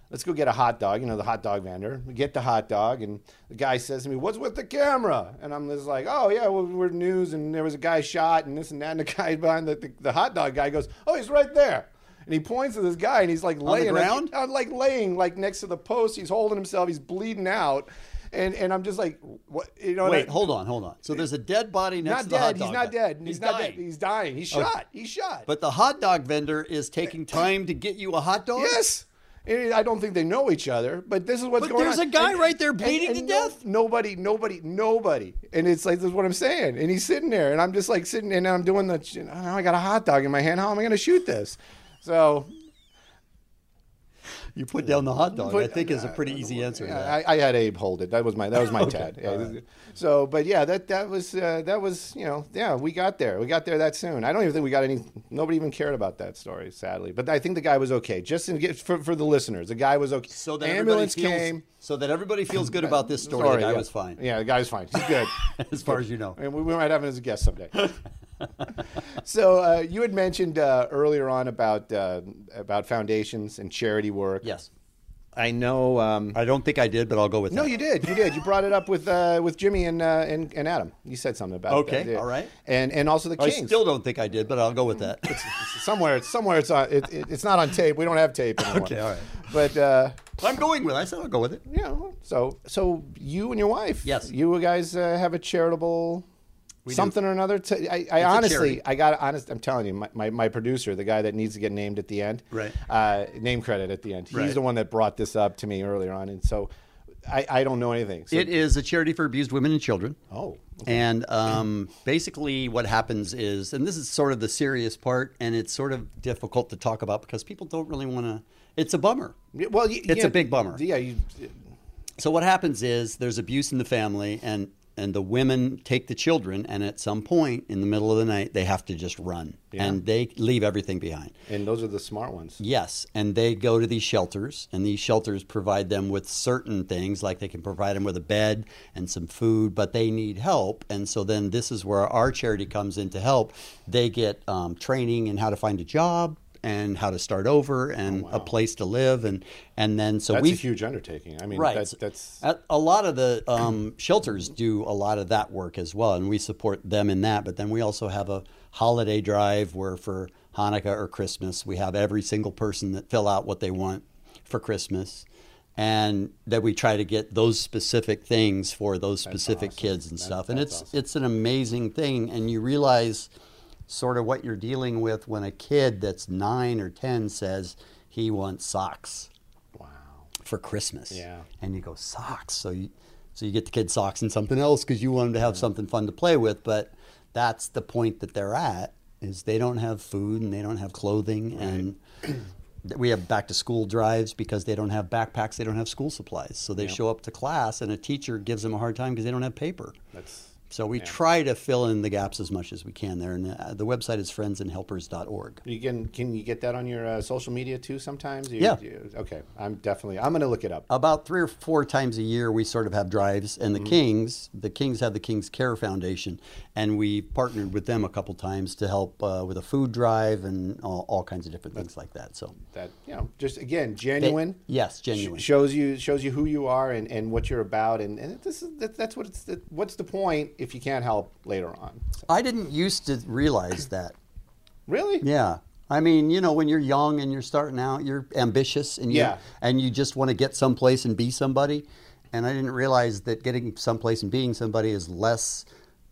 C: Let's go get a hot dog. You know the hot dog vendor. We get the hot dog, and the guy says to me, "What's with the camera?" And I'm just like, "Oh yeah, well, we're news, and there was a guy shot, and this and that." And the guy behind the, the, the hot dog guy goes, "Oh, he's right there." And he points to this guy, and he's like laying
D: ground?
C: I'm like laying like next to the post. He's holding himself. He's bleeding out, and and I'm just like, what? You know, and
D: Wait,
C: I-
D: hold on, hold on. So there's a dead body next
C: not
D: to the hot
C: dead.
D: dog.
C: He's not
D: guy.
C: dead. He's, not
D: dying.
C: dead. He's dying. He's shot. He's shot.
D: But the hot dog vendor is taking time to get you a hot dog.
C: Yes. And I don't think they know each other, but this is what's
D: But
C: going on.
D: there's a guy right there bleeding to death.
C: Nobody, nobody, nobody. And it's like, this is what I'm saying. And he's sitting there, and I'm just like sitting, and I'm doing the, I don't know, I got a hot dog in my hand. How am I going to shoot this? So
D: You put down the hot dog.
C: But-
D: I think is a pretty easy answer. to that.
C: yeah, I, I had Abe hold it. That was my, that was my tad. Yeah, So, but yeah, that, that was, uh, that was, you know, yeah, we got there. We got there that soon. I don't even think we got any, nobody even cared about that story, sadly. But I think the guy was okay. Just in, get- for, for the listeners, the guy was okay.
D: so that
C: ambulance
D: everybody feels,
C: came.
D: So that everybody feels good about this story.
C: Sorry,
D: that I
C: yeah.
D: was fine.
C: Yeah, the guy's fine. He's good.
D: As far as you know.
C: and we, we might have him as a guest someday. so uh, you had mentioned uh, earlier on about uh, about foundations and charity work.
D: Yes.
C: I know. Um,
D: I don't think I did, but I'll go with
C: no,
D: that.
C: you did. You did. You brought it up with uh, with Jimmy and, uh, and and Adam. You said something about
D: Okay,
C: that. Yeah.
D: all right.
C: And and also the
D: I
C: Kings.
D: still don't think I did, but I'll go with that.
C: somewhere it's somewhere it's on it, it, it's not on tape. We don't have tape anymore.
D: Okay, all right.
C: But uh,
D: I'm going with. It. I said I'll go with it.
C: you know, so so you and your wife.
D: Yes.
C: You guys uh, have a charitable
D: do.
C: something or another. To, I, I
D: a
C: honestly,
D: charity.
C: I got honest. I'm telling you, my, my, my producer, the guy that needs to get named at the end,
D: Right.
C: Uh, name credit at the end. He's
D: Right.
C: the one that brought this up to me earlier on, and so I, I don't know anything. So,
D: It is a charity for abused women and children.
C: oh,
D: And um, basically, what happens is, and this is sort of the serious part, and it's sort of difficult to talk about because people don't really want to. It's a bummer.
C: Yeah, well, y-
D: It's
C: yeah,
D: a big bummer.
C: Yeah, you,
D: So what happens is there's abuse in the family, and and the women take the children, and at some point in the middle of the night, they have to just run, and they leave everything behind.
C: and those are the smart ones.
D: Yes, and they go to these shelters, and these shelters provide them with certain things, like they can provide them with a bed and some food, but they need help. And so then this is where our charity comes in to help. They get um, training in how to find a job and how to start over and a place to live, and and then so
C: That's
D: we
C: a huge undertaking. I mean,
D: right.
C: that, that's
D: a, a lot of the um, shelters do a lot of that work as well, and we support them in that. But then we also have a holiday drive where for Hanukkah or Christmas, we have every single person that fill out what they want for Christmas, and that we try to get those specific things for those specific kids and stuff. And it's it's an amazing thing, and you realize sort of what you're dealing with when a kid that's nine or ten says he wants socks
C: wow.
D: for Christmas.
C: Yeah.
D: And you go socks. So you so you get the kid socks and something else because you want them to have something fun to play with. But that's the point that they're at is they don't have food and they don't have clothing and th- we have back to school drives because they don't have backpacks they don't have school supplies so they show up to class and a teacher gives them a hard time because they don't have paper
C: That's
D: so we try to fill in the gaps as much as we can there and uh, the website is friendsandhelpers.org
C: You can can you get that on your uh, social media too? Sometimes. You,
D: Yeah.
C: you- okay. I'm definitely. I'm gonna look it up.
D: about three or four times a year we sort of have drives and the
C: Mm-hmm.
D: kings the kings have the kings care foundation and we partnered with them a couple times to help uh, with a food drive and all, all kinds of different things like that so
C: That you know, just again,
D: they-
C: genuine.
D: yes
C: sh-
D: genuine
C: Shows you shows you who you are and, and what you're about and, and this is that, that's what it's that, what's the point if you can't help later on So-
D: i didn't used to realize that
C: really
D: yeah i mean you know when you're young and you're starting out you're ambitious and you,
C: Yeah.
D: and you just want to get someplace and be somebody and i didn't realize that getting someplace and being somebody is less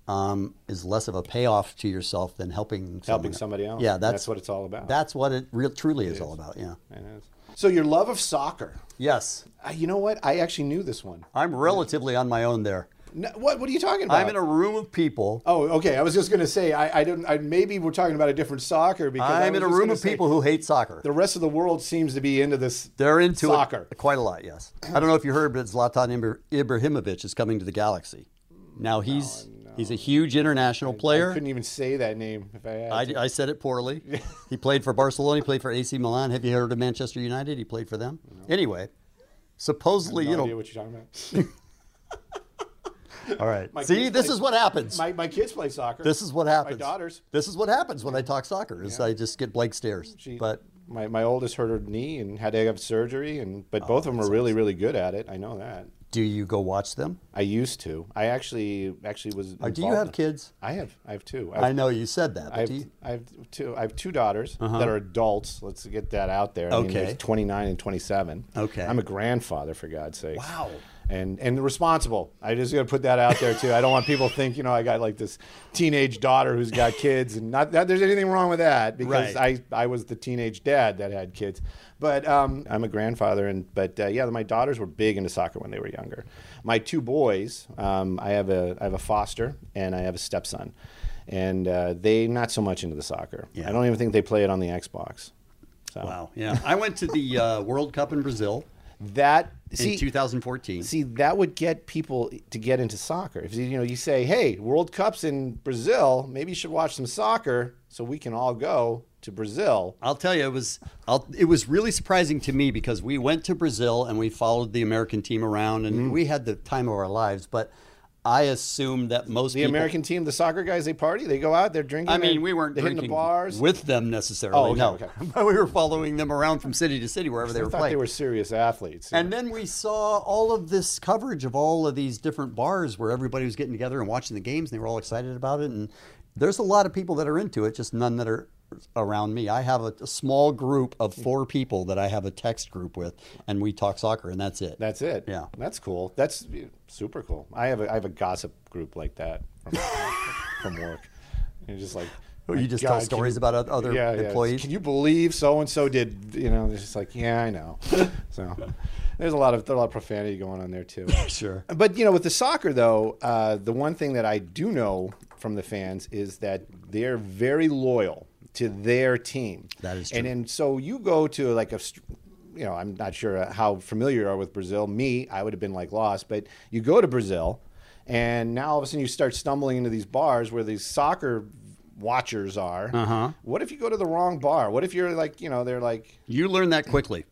D: um, is less of a payoff to yourself than helping
C: helping
D: someone else.
C: somebody else
D: Yeah, that's,
C: what it's all about
D: That's what it real truly is, all about. Yeah.
C: It is. so your love of soccer
D: Yes,
C: Uh, you know what I actually knew this one
D: I'm relatively on my own there.
C: no, what what are you talking about
D: I'm in a room of people.
C: oh okay I was just gonna say I, I didn't I, maybe we're talking about a different soccer because I
D: I'm
C: was
D: in a
C: just
D: room
C: gonna
D: of
C: say,
D: people who hate soccer.
C: the rest of the world seems to be into this
D: They're into it
C: soccer
D: quite a lot. Yes. I don't know if you heard, but Zlatan Ibra- Ibrahimovic is coming to the Galaxy. Now he's he's a huge international
C: Oh, I
D: player.
C: couldn't even say that name if I had.
D: I,
C: to.
D: I said it poorly. he played for Barcelona. He played for AC Milan. Have you heard of Manchester United? He played for them. Anyway, Supposedly,
C: No
D: you
C: idea
D: know.
C: what you're talking about.
D: all right.
C: My
D: See,
C: kids
D: this
C: play-
D: is what happens.
C: My, my kids play soccer.
D: this is what happens.
C: My daughters.
D: This is what happens when I talk soccer. Is I just get blank stares.
C: She-
D: but
C: my, my oldest hurt her knee and had to have surgery, and
D: Oh,
C: but both of them are really really good at it. I know that.
D: do you go watch them?
C: I used to. I actually actually was.
D: Or do you
C: involved
D: have
C: in-
D: kids?
C: I have. I have two.
D: I know you said that. But
C: I've,
D: do you, Uh-huh.
C: I've two. I have two daughters that are adults. Let's get that out there. I mean,
D: Okay.
C: there's 29 and 27.
D: Okay.
C: I'm a grandfather for God's sake.
D: Wow.
C: And and responsible. I just got to put that out there too. I don't want people to think you know I got like this teenage daughter who's got kids and not that there's anything wrong with that because
D: Right.
C: I I was the teenage dad that had kids. But um, I'm a grandfather and but uh, yeah, my daughters were big into soccer when they were younger. My two boys, um, I have a I have a foster and I have a stepson and uh, they not so much into the soccer.
D: Yeah.
C: I don't even think they play it on the Xbox. So
D: wow. Yeah. I went to the uh, World Cup in Brazil
C: that see
D: in 2014.
C: see that would get people to get into soccer. If you you know you say, "Hey, World Cup's in Brazil, maybe you should watch some soccer so we can all go to Brazil."
D: I'll tell you, it was I'll, it was really surprising to me because we went to Brazil and we followed the American team around and
C: Mm-hmm.
D: we had the time of our lives. But I assumed that most
C: The
D: people,
C: American team, the soccer guys, they party, they go out, they're drinking.
D: I mean,
C: they're-
D: we weren't
C: they're
D: drinking
C: hitting the bars.
D: with them necessarily.
C: Oh, okay,
D: no,
C: okay.
D: but we were following them around from city to city wherever they
C: I
D: were
C: thought
D: playing.
C: they were serious athletes.
D: And then we saw all of this coverage of all of these different bars where everybody was getting together and watching the games, and they were all excited about it. And there's a lot of people that are into it, just none that are around me. I have a, a small group of four people that I have a text group with, and we talk soccer, and that's it.
C: That's it.
D: Yeah.
C: that's cool. That's uh, super cool. I have a I have a gossip group like that from, from work. And just like
D: Or
C: "My
D: Oh, you just tell
C: God, can
D: stories about oth- other
C: yeah, yeah.
D: employees?
C: Can you believe so and so did? You know, it's just like yeah, I know. so there's a lot of there's a lot of profanity going on there too.
D: Sure.
C: But you know, with the soccer though, uh, the one thing that I do know from the fans is that they're very loyal to their team.
D: That is
C: And
D: true.
C: then so you go to like a, st- you know, I'm not sure how familiar you are with Brazil. Me, I would have been like lost. But you go to Brazil, and now all of a sudden you start stumbling into these bars where these soccer watchers are. Uh-huh. What if you go to the wrong bar? What if you're like, you know, they're like,
D: You learn that quickly.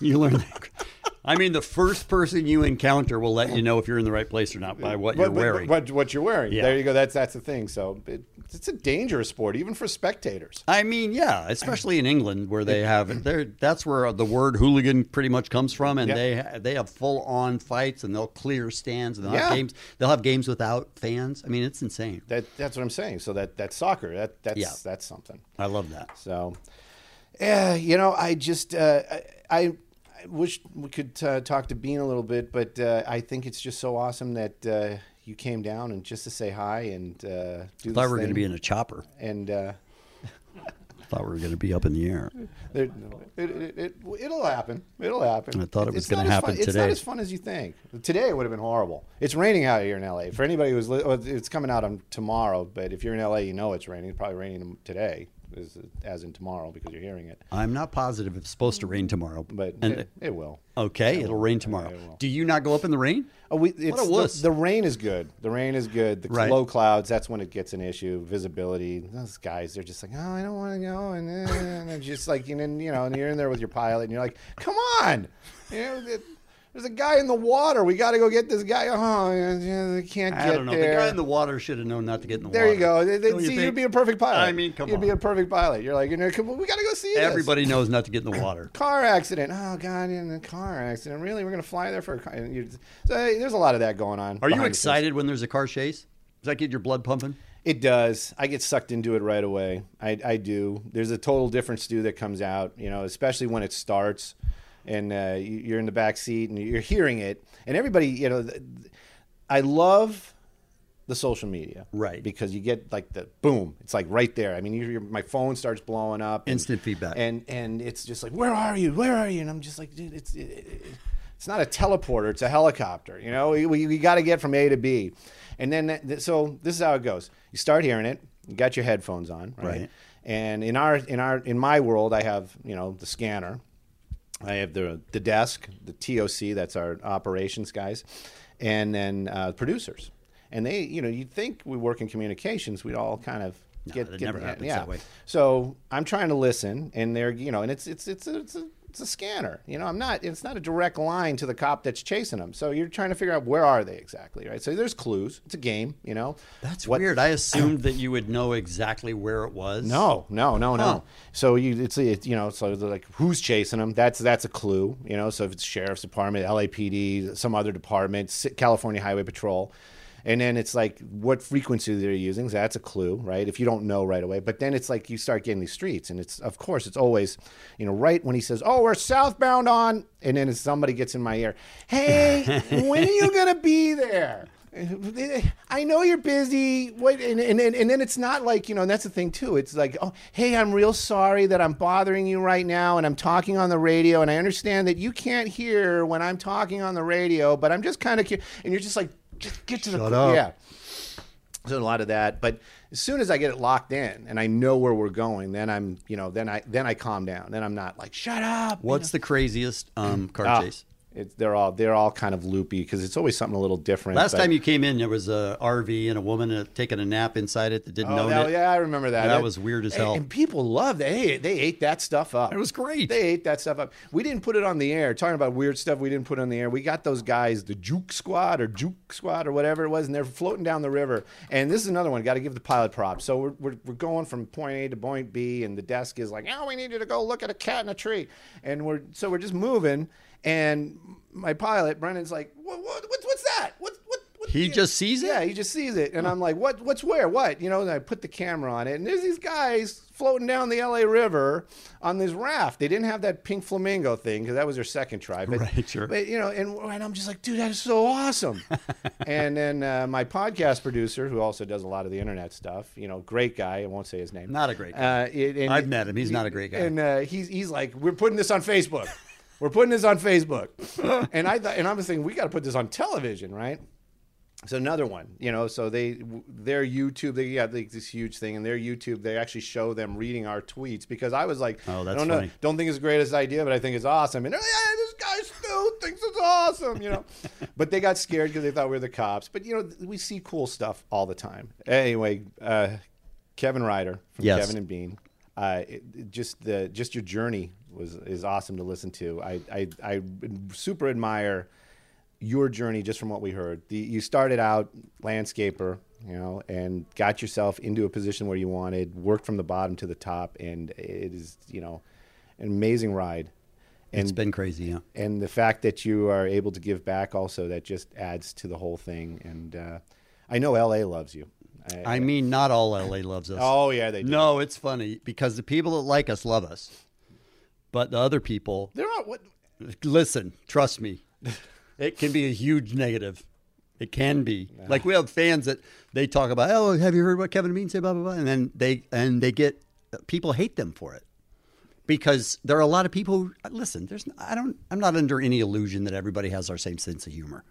D: You learn that. qu- I mean, the first person you encounter will let you know if you're in the right place or not by what you're
C: What- what-
D: wearing.
C: What, what you're wearing.
D: Yeah.
C: There you go. That's that's the thing. So it, it's a dangerous sport, even for spectators.
D: I mean, yeah, especially in England where they have they're That's where the word hooligan pretty much comes from, and
C: Yeah.
D: they they have full on fights, and they'll clear stands, and they'll have
C: Yeah.
D: games. They'll have games without fans. I mean, it's insane.
C: That that's what I'm saying. So that that's soccer. That that's
D: Yeah.
C: that's something.
D: I love that.
C: So, yeah, you know, I just uh, I. I I wish we could uh, talk to Bean a little bit, but uh, I think it's just so awesome that uh, you came down and just to say hi and uh, do
D: Thought we were going to be in a chopper.
C: and uh,
D: Thought we were going to be up in the air.
C: there, it, it, it, it'll happen. It'll happen.
D: I thought it was
C: It's
D: gonna
C: not as
D: happen
C: fun- It's not
D: today.
C: as fun as you think. Today would have been horrible. It's raining out here in LA. For anybody who's, li- well, it's coming out on tomorrow. But if you're in LA, you know it's raining. It's probably raining today, as, as in tomorrow, because you're hearing it.
D: I'm not positive it's supposed to rain tomorrow,
C: But
D: and, uh,
C: it, it will.
D: okay, it'll rain tomorrow. Do you not go up in the rain?
C: Oh, we, it's
D: a wuss.
C: The, the rain is good. The rain is good. The
D: Right.
C: low clouds, that's when it gets an issue. Visibility. Those guys, they're just like, oh, I don't want to go. And, eh, and it's just like, and then, you know, and you're in there with your pilot and you're like, come on. You know, th- there's a guy in the water. We got to go get this guy. Oh, yeah, yeah, they can't
D: I
C: get
D: don't know.
C: there.
D: The guy in the water should have known not to get in the
C: there
D: water.
C: you go. They, they,
D: Don't
C: see, you
D: think?
C: would be a perfect pilot.
D: I mean, come
C: You'd be
D: on.
C: a perfect pilot. You're like, you know, come, on, we got to go see this.
D: Everybody knows not to get in the water.
C: Car accident. Oh God, in a car accident. Really, we're gonna fly there for a car. and you- So hey, there's a lot of that going on.
D: Are
C: behind
D: you
C: the scenes.
D: excited when there's a car chase? Does that get your blood pumping?
C: It does. I get sucked into it right away. I, I do. There's a total different stew that comes out, you know, especially when it starts and uh, you- you're in the back seat and you're hearing it. And everybody, you know, th- th- I love the social media.
D: Right.
C: Because you get like the boom. It's like right there. I mean, you my phone starts blowing up. and-
D: Instant feedback.
C: And, and it's just like, where are you? Where are you? And I'm just like, dude, it's. It, it, it's not a teleporter; it's a helicopter. You know, we, we, got to get from A to B, and then that, that- so this is how it goes. You start hearing it. You got your headphones on, right?
D: Right.
C: And in our in our in my world, I have you know the scanner, I have the the desk, the TOC, that's our operations guys, and then uh, producers. And they, you know, you'd think we work in communications, we'd all kind of
D: No,
C: get
D: that
C: get
D: never
C: the-
D: happens
C: yeah.
D: that way.
C: So I'm trying to listen, and they're you know, and it's it's it's a, it's a It's a scanner. You know, I'm not. It's not a direct line to the cop that's chasing them. So you're trying to figure out where are they exactly, right? So there's clues. It's a game. You know.
D: That's weird. I assumed that you would know exactly where it was.
C: No, no, no,
D: Huh.
C: no. So you, it's it, you know, so they're like who's chasing them? That's that's a clue, you know. So if it's sheriff's department, LAPD, some other department, Si- California Highway Patrol, and then it's like what frequency they're using. So that's a clue, right? If you don't know right away, but then it's like you start getting these streets, and it's of course it's always, you know, right when he says, "Oh, we're southbound on," and then somebody gets in my ear, "Hey, when are you gonna be there?" I know you're busy. What and, and, and, and then it's not like, you know, and that's the thing too. It's like, oh, hey, I'm real sorry that I'm bothering you right now and I'm talking on the radio and I understand that you can't hear when I'm talking on the radio, but I'm just kind of cu-. and you're just like just get to the
D: up.
C: yeah. So a lot of that, but as soon as I get it locked in and I know where we're going, then I'm, you know, then I then I calm down. Then I'm not like, shut up. you
D: What's the craziest um, car
C: know?
D: chase?
C: It's, they're all they're all kind of loopy because it's always something a little different.
D: Last
C: but-
D: time you came in, there was a RV and a woman uh, taking a nap inside it that didn't
C: Oh,
D: own
C: that-
D: it.
C: yeah, I remember that.
D: That was weird as
C: and-
D: hell.
C: And people loved it. They, they ate that stuff up.
D: It was great.
C: They ate that stuff up. We didn't put it on the air. Talking about weird stuff we didn't put on the air. We got those guys, the Juke Squad or Juke Squad or whatever it was, and they're floating down the river. And this is another one. Got to give the pilot props. So we're, we're, we're going from point A to point B, and the desk is like, oh, we need you to go look at a cat in a tree. And we're so we're just moving. And my pilot, Brendan's like, what, what, what's, what's that? What, what, what?
D: He
C: you-
D: just sees it?
C: Yeah, he just sees it, and I'm like, "What? What's where? What?" You know. And I put the camera on it, and there's these guys floating down the LA River on this raft. They didn't have that pink flamingo thing because that was their second try, but,
D: Right, sure.
C: But you know, and, and I'm just like, "Dude, that is so awesome!" and then uh, my podcast producer, who also does a lot of the internet stuff, you know, great guy. I won't say his name.
D: Not a great guy.
C: Uh, it- and-
D: I've met him. He's not a great guy.
C: And uh, he's he's like, we're putting this on Facebook. we're putting this on Facebook. and I thought, and I was thinking, we got to put this on television, right? So another one, you know. So they their YouTube, they got like this huge thing, and their YouTube, they actually show them reading our tweets because I was like,
D: Oh, that's
C: I don't
D: funny.
C: know, don't think it's the greatest idea, but I think it's awesome. And they're like, yeah, this guy still thinks it's awesome, you know. but they got scared because they thought we were the cops. But you know, th- we see cool stuff all the time. Anyway, uh, Kevin Ryder from
D: Yes.
C: Kevin and Bean, uh, it, it just the just your journey was is awesome to listen to. I I, I super admire your journey just from what we heard. The, you started out landscaper, you know, and got yourself into a position where you wanted, worked from the bottom to the top, and it is, you know, an amazing ride.
D: it's
C: And
D: been crazy, yeah.
C: and the fact that you are able to give back also that just adds to the whole thing. And uh, I know LA loves you.
D: I mean, not all LA loves us.
C: oh yeah, they do.
D: No, it's funny because the people that like us love us, but the other people
C: they're not what.
D: listen. Trust me, it can be a huge negative. It can be like we have fans that they talk about. Oh, have you heard what Kevin Bean said? Blah blah blah, and then they and they get people hate them for it because there are a lot of people. Who, listen, there's I don't I'm not under any illusion that everybody has our same sense of humor.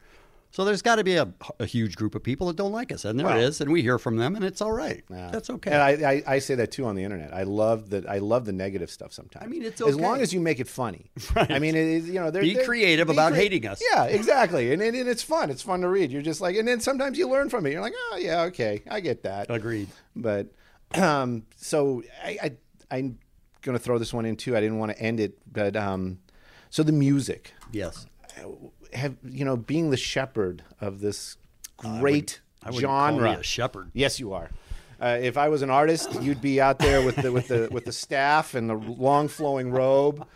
D: So there's got to be a, a huge group of people that don't like us, and there
C: Well-
D: it is, and we hear from them, and it's all right. That's okay.
C: And I, I, I say that too on the internet. I love that. I love the negative stuff sometimes.
D: I mean, it's
C: as long
D: okay.
C: as you make it funny. I mean, it is you know, they're,
D: Be
C: they're-
D: creative about hating us.
C: Yeah, exactly. And, and and it's fun. It's fun to read. You're just like, and then sometimes you learn from it. You're like, oh yeah, okay, I get that.
D: Agreed.
C: But um, so I, I I'm gonna throw this one in too. I didn't want to end it, but um, so the music
D: Yes.
C: have you know being the shepherd of this great
D: I wouldn't call me
C: genre.
D: a shepherd.
C: Yes, you are. Uh, if I was an artist, you'd be out there with the with the with the staff and the long flowing robe,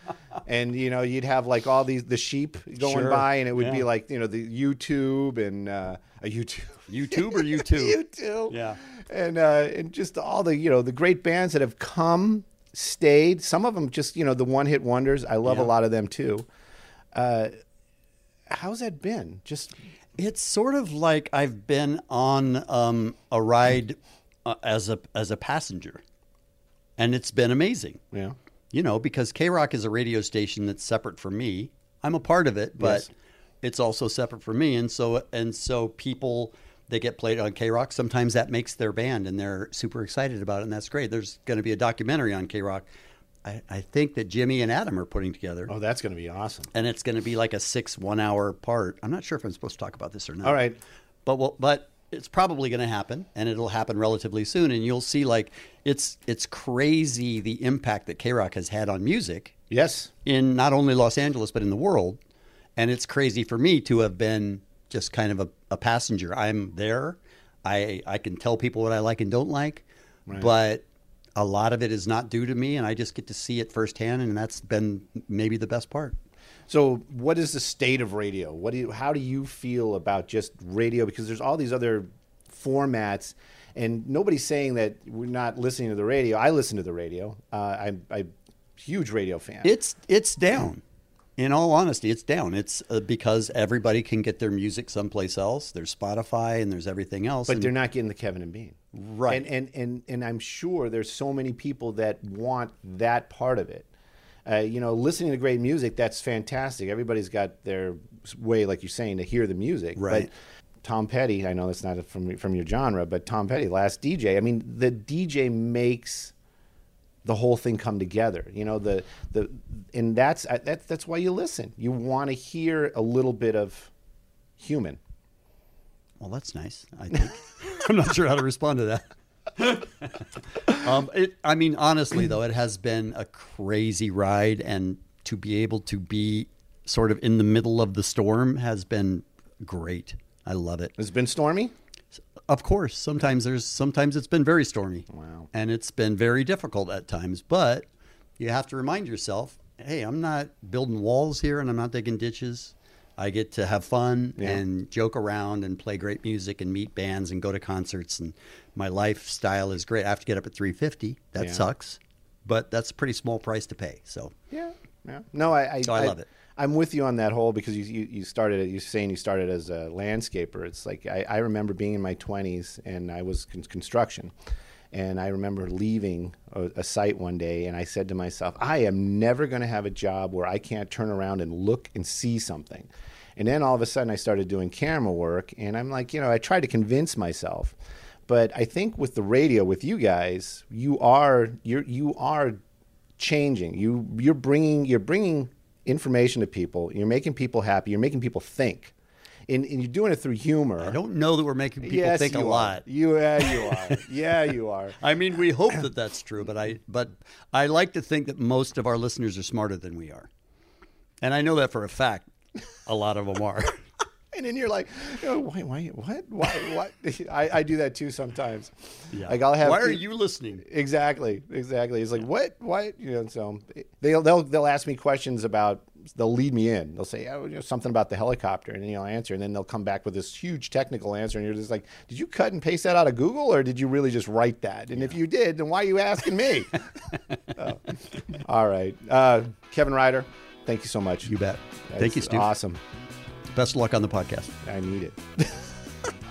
C: and you know you'd have like all these the sheep going
D: Sure,
C: by, and it would be
D: yeah.
C: like you know the YouTube and uh, a YouTube.
D: YouTube or you too?
C: YouTube.
D: Yeah.
C: And uh, and just all the you know the great bands that have come, stayed. Some of them just you know the one hit wonders. I love a
D: Yeah.
C: lot of them too. Uh, how's that been? Just
D: It's sort of like I've been on um, a ride uh, as a as a passenger, and it's been amazing.
C: yeah.
D: You know, because K Rock is a radio station that's separate from me. I'm a part of it, but
C: Yes.
D: it's also separate from me. And so and so people they get played on K Rock. Sometimes that makes their band, and they're super excited about it, and that's great. There's going to be a documentary on K Rock. I, I think that Jimmy and Adam are putting together.
C: Oh, that's gonna be awesome.
D: and it's going to be like a six one hour part. I'm not sure if I'm supposed to talk about this or not.
C: All right.
D: but well, but it's probably going to happen and it'll happen relatively soon and you'll see like it's it's crazy the impact that K-Rock has had on music
E: Yes.
D: in not only Los Angeles but in the world and it's crazy for me to have been just kind of a, a passenger I'm there I I can tell people what I like and don't like but a lot of it is not due to me and I just get to see it firsthand and that's been maybe the best part
E: So, what is the state of radio? What do you, how do you feel about just radio? Because there's all these other formats, and nobody's saying that we're not listening to the radio. I listen to the radio. Uh, I'm a huge radio fan.
D: It's it's down. In all honesty, it's down. It's uh, because everybody can get their music someplace else. There's Spotify and there's everything else.
E: but
D: and
E: they're not getting the Kevin and Bean.
D: Right.
E: And, and and and I'm sure there's so many people that want that part of it. Uh, you know, listening to great music, that's fantastic. Everybody's got their way, like you're saying, to hear the music. But
D: Right.
E: Tom Petty, I know that's not from from your genre, but Tom Petty, last DJ. I mean, the DJ makes the whole thing come together. You know, the the and that's I- that's that's why you listen. You want to hear a little bit of human.
D: well, that's nice. I think I'm not sure how to respond to that. um, it, I mean, honestly though, it has been a crazy ride, and to be able to be sort of in the middle of the storm has been great. I love it.
E: It's been stormy.
D: Of course, sometimes there's sometimes it's been very stormy. Wow. And it's been very difficult at times, but you have to remind yourself, hey, I'm not building walls here and I'm not digging ditches. I get to have fun and joke around and play great music and meet bands and go to concerts and my lifestyle is great. I have to get up at 3:50. That
E: Yeah.
D: sucks, but that's a pretty small price to pay. So,
E: Yeah, yeah. No, I. I,
D: So Oh, I love it.
E: I'm with you on that whole because you you, you started it. You're saying you started as a landscaper. It's like I, I remember being in my 20s and I was con- construction, and I remember leaving a, a site one day and I said to myself, I am never going to have a job where I can't turn around and look and see something. And then all of a sudden, I started doing camera work, and I'm like, you know, I tried to convince myself, but I think with the radio, with you guys, you are you you are changing. You you're bringing you're bringing information to people. You're making people happy. You're making people think, and, and you're doing it through humor.
D: I don't know that we're making people
E: yes,
D: think a
E: you are.
D: lot.
E: You yeah, you are. yeah, you are.
D: I mean, we hope that that's true, but I but I like to think that most of our listeners are smarter than we are, and I know that for a fact. A lot of them are.
E: And then you're like, oh, why, why, what, why, what? I, I do that too sometimes. Like I'll have.
D: Why are you listening?
E: Exactly, exactly. It's like what, what, you know. So they'll they'll they'll ask me questions about. They'll lead me in. They'll say oh, you know, something about the helicopter, and then you'll answer, and then they'll come back with this huge technical answer, and you're just like, "Did you cut and paste that out of Google, or did you really just write that? And if you did, then why are you asking me?" Oh. All right, uh, Kevin Ryder, thank you so much.
D: You bet. Thank you,
E: That's
D: Steve.
E: Awesome.
D: Best of luck on the podcast.
E: I need it.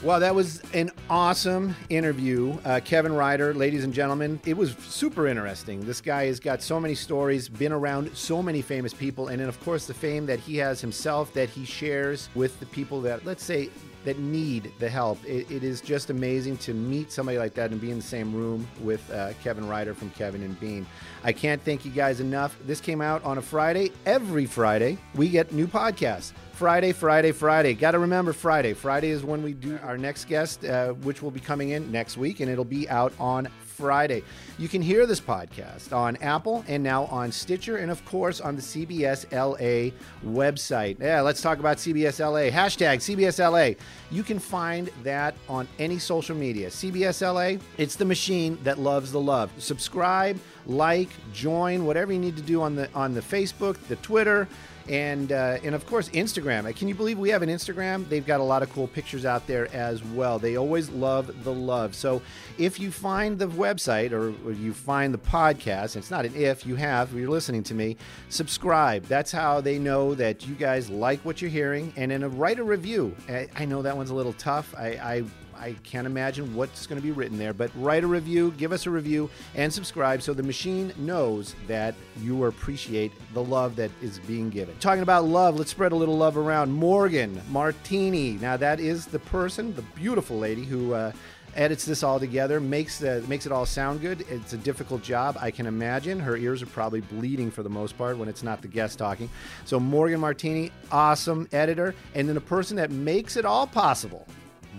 C: Well, that was an awesome interview. Uh, Kevin Ryder, ladies and gentlemen, it was super interesting. This guy has got so many stories, been around so many famous people, and then, of course, the fame that he has himself that he shares with the people that, let's say, that need the help. It, it is just amazing to meet somebody like that and be in the same room with uh, Kevin Ryder from Kevin and Bean. I can't thank you guys enough. This came out on a Friday. Every Friday, we get new podcasts. Friday, Friday, Friday. Got to remember Friday. Friday is when we do our next guest, uh, which will be coming in next week, and it'll be out on Friday. You can hear this podcast on Apple and now on Stitcher, and of course on the CBS LA website. Yeah, let's talk about CBS LA. Hashtag CBS LA. You can find that on any social media. CBS LA, it's the machine that loves the love. Subscribe, like, join, whatever you need to do on the on the Facebook, the Twitter and uh, and of course Instagram. Uh, Can you believe we have an Instagram? They've got a lot of cool pictures out there as well. They always love the love. So if you find the website or, or you find the podcast, it's not an if you have you're listening to me, subscribe. That's how they know that you guys like what you're hearing, and then uh, write a review. I, I know that one's a little tough. I. I I can't imagine what's going to be written there, but write a review, give us a review, and subscribe so the machine knows that you appreciate the love that is being given. Talking about love, let's spread a little love around. Morgan Martini. Now, that is the person, the beautiful lady who. Uh, edits this all together, makes the makes it all sound good. It's a difficult job, I can imagine. Her ears are probably bleeding for the most part when it's not the guest talking. So Morgan Martini, awesome editor, and then a person that makes it all possible.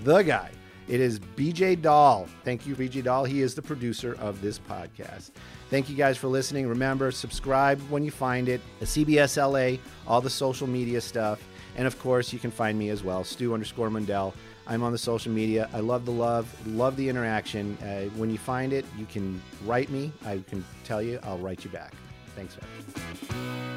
C: the guy. It is BJ Dahl. Thank you, BJ Dahl. He is the producer of this podcast. Thank you guys for listening. Remember, subscribe when you find it. The CBS LA, all the social media stuff. And of course, you can find me as well, Stu underscore Mundell. I'm on the social media. I love the love, love the interaction. Uh, when you find it, you can write me. I can tell you, I'll write you back. Thanks, man.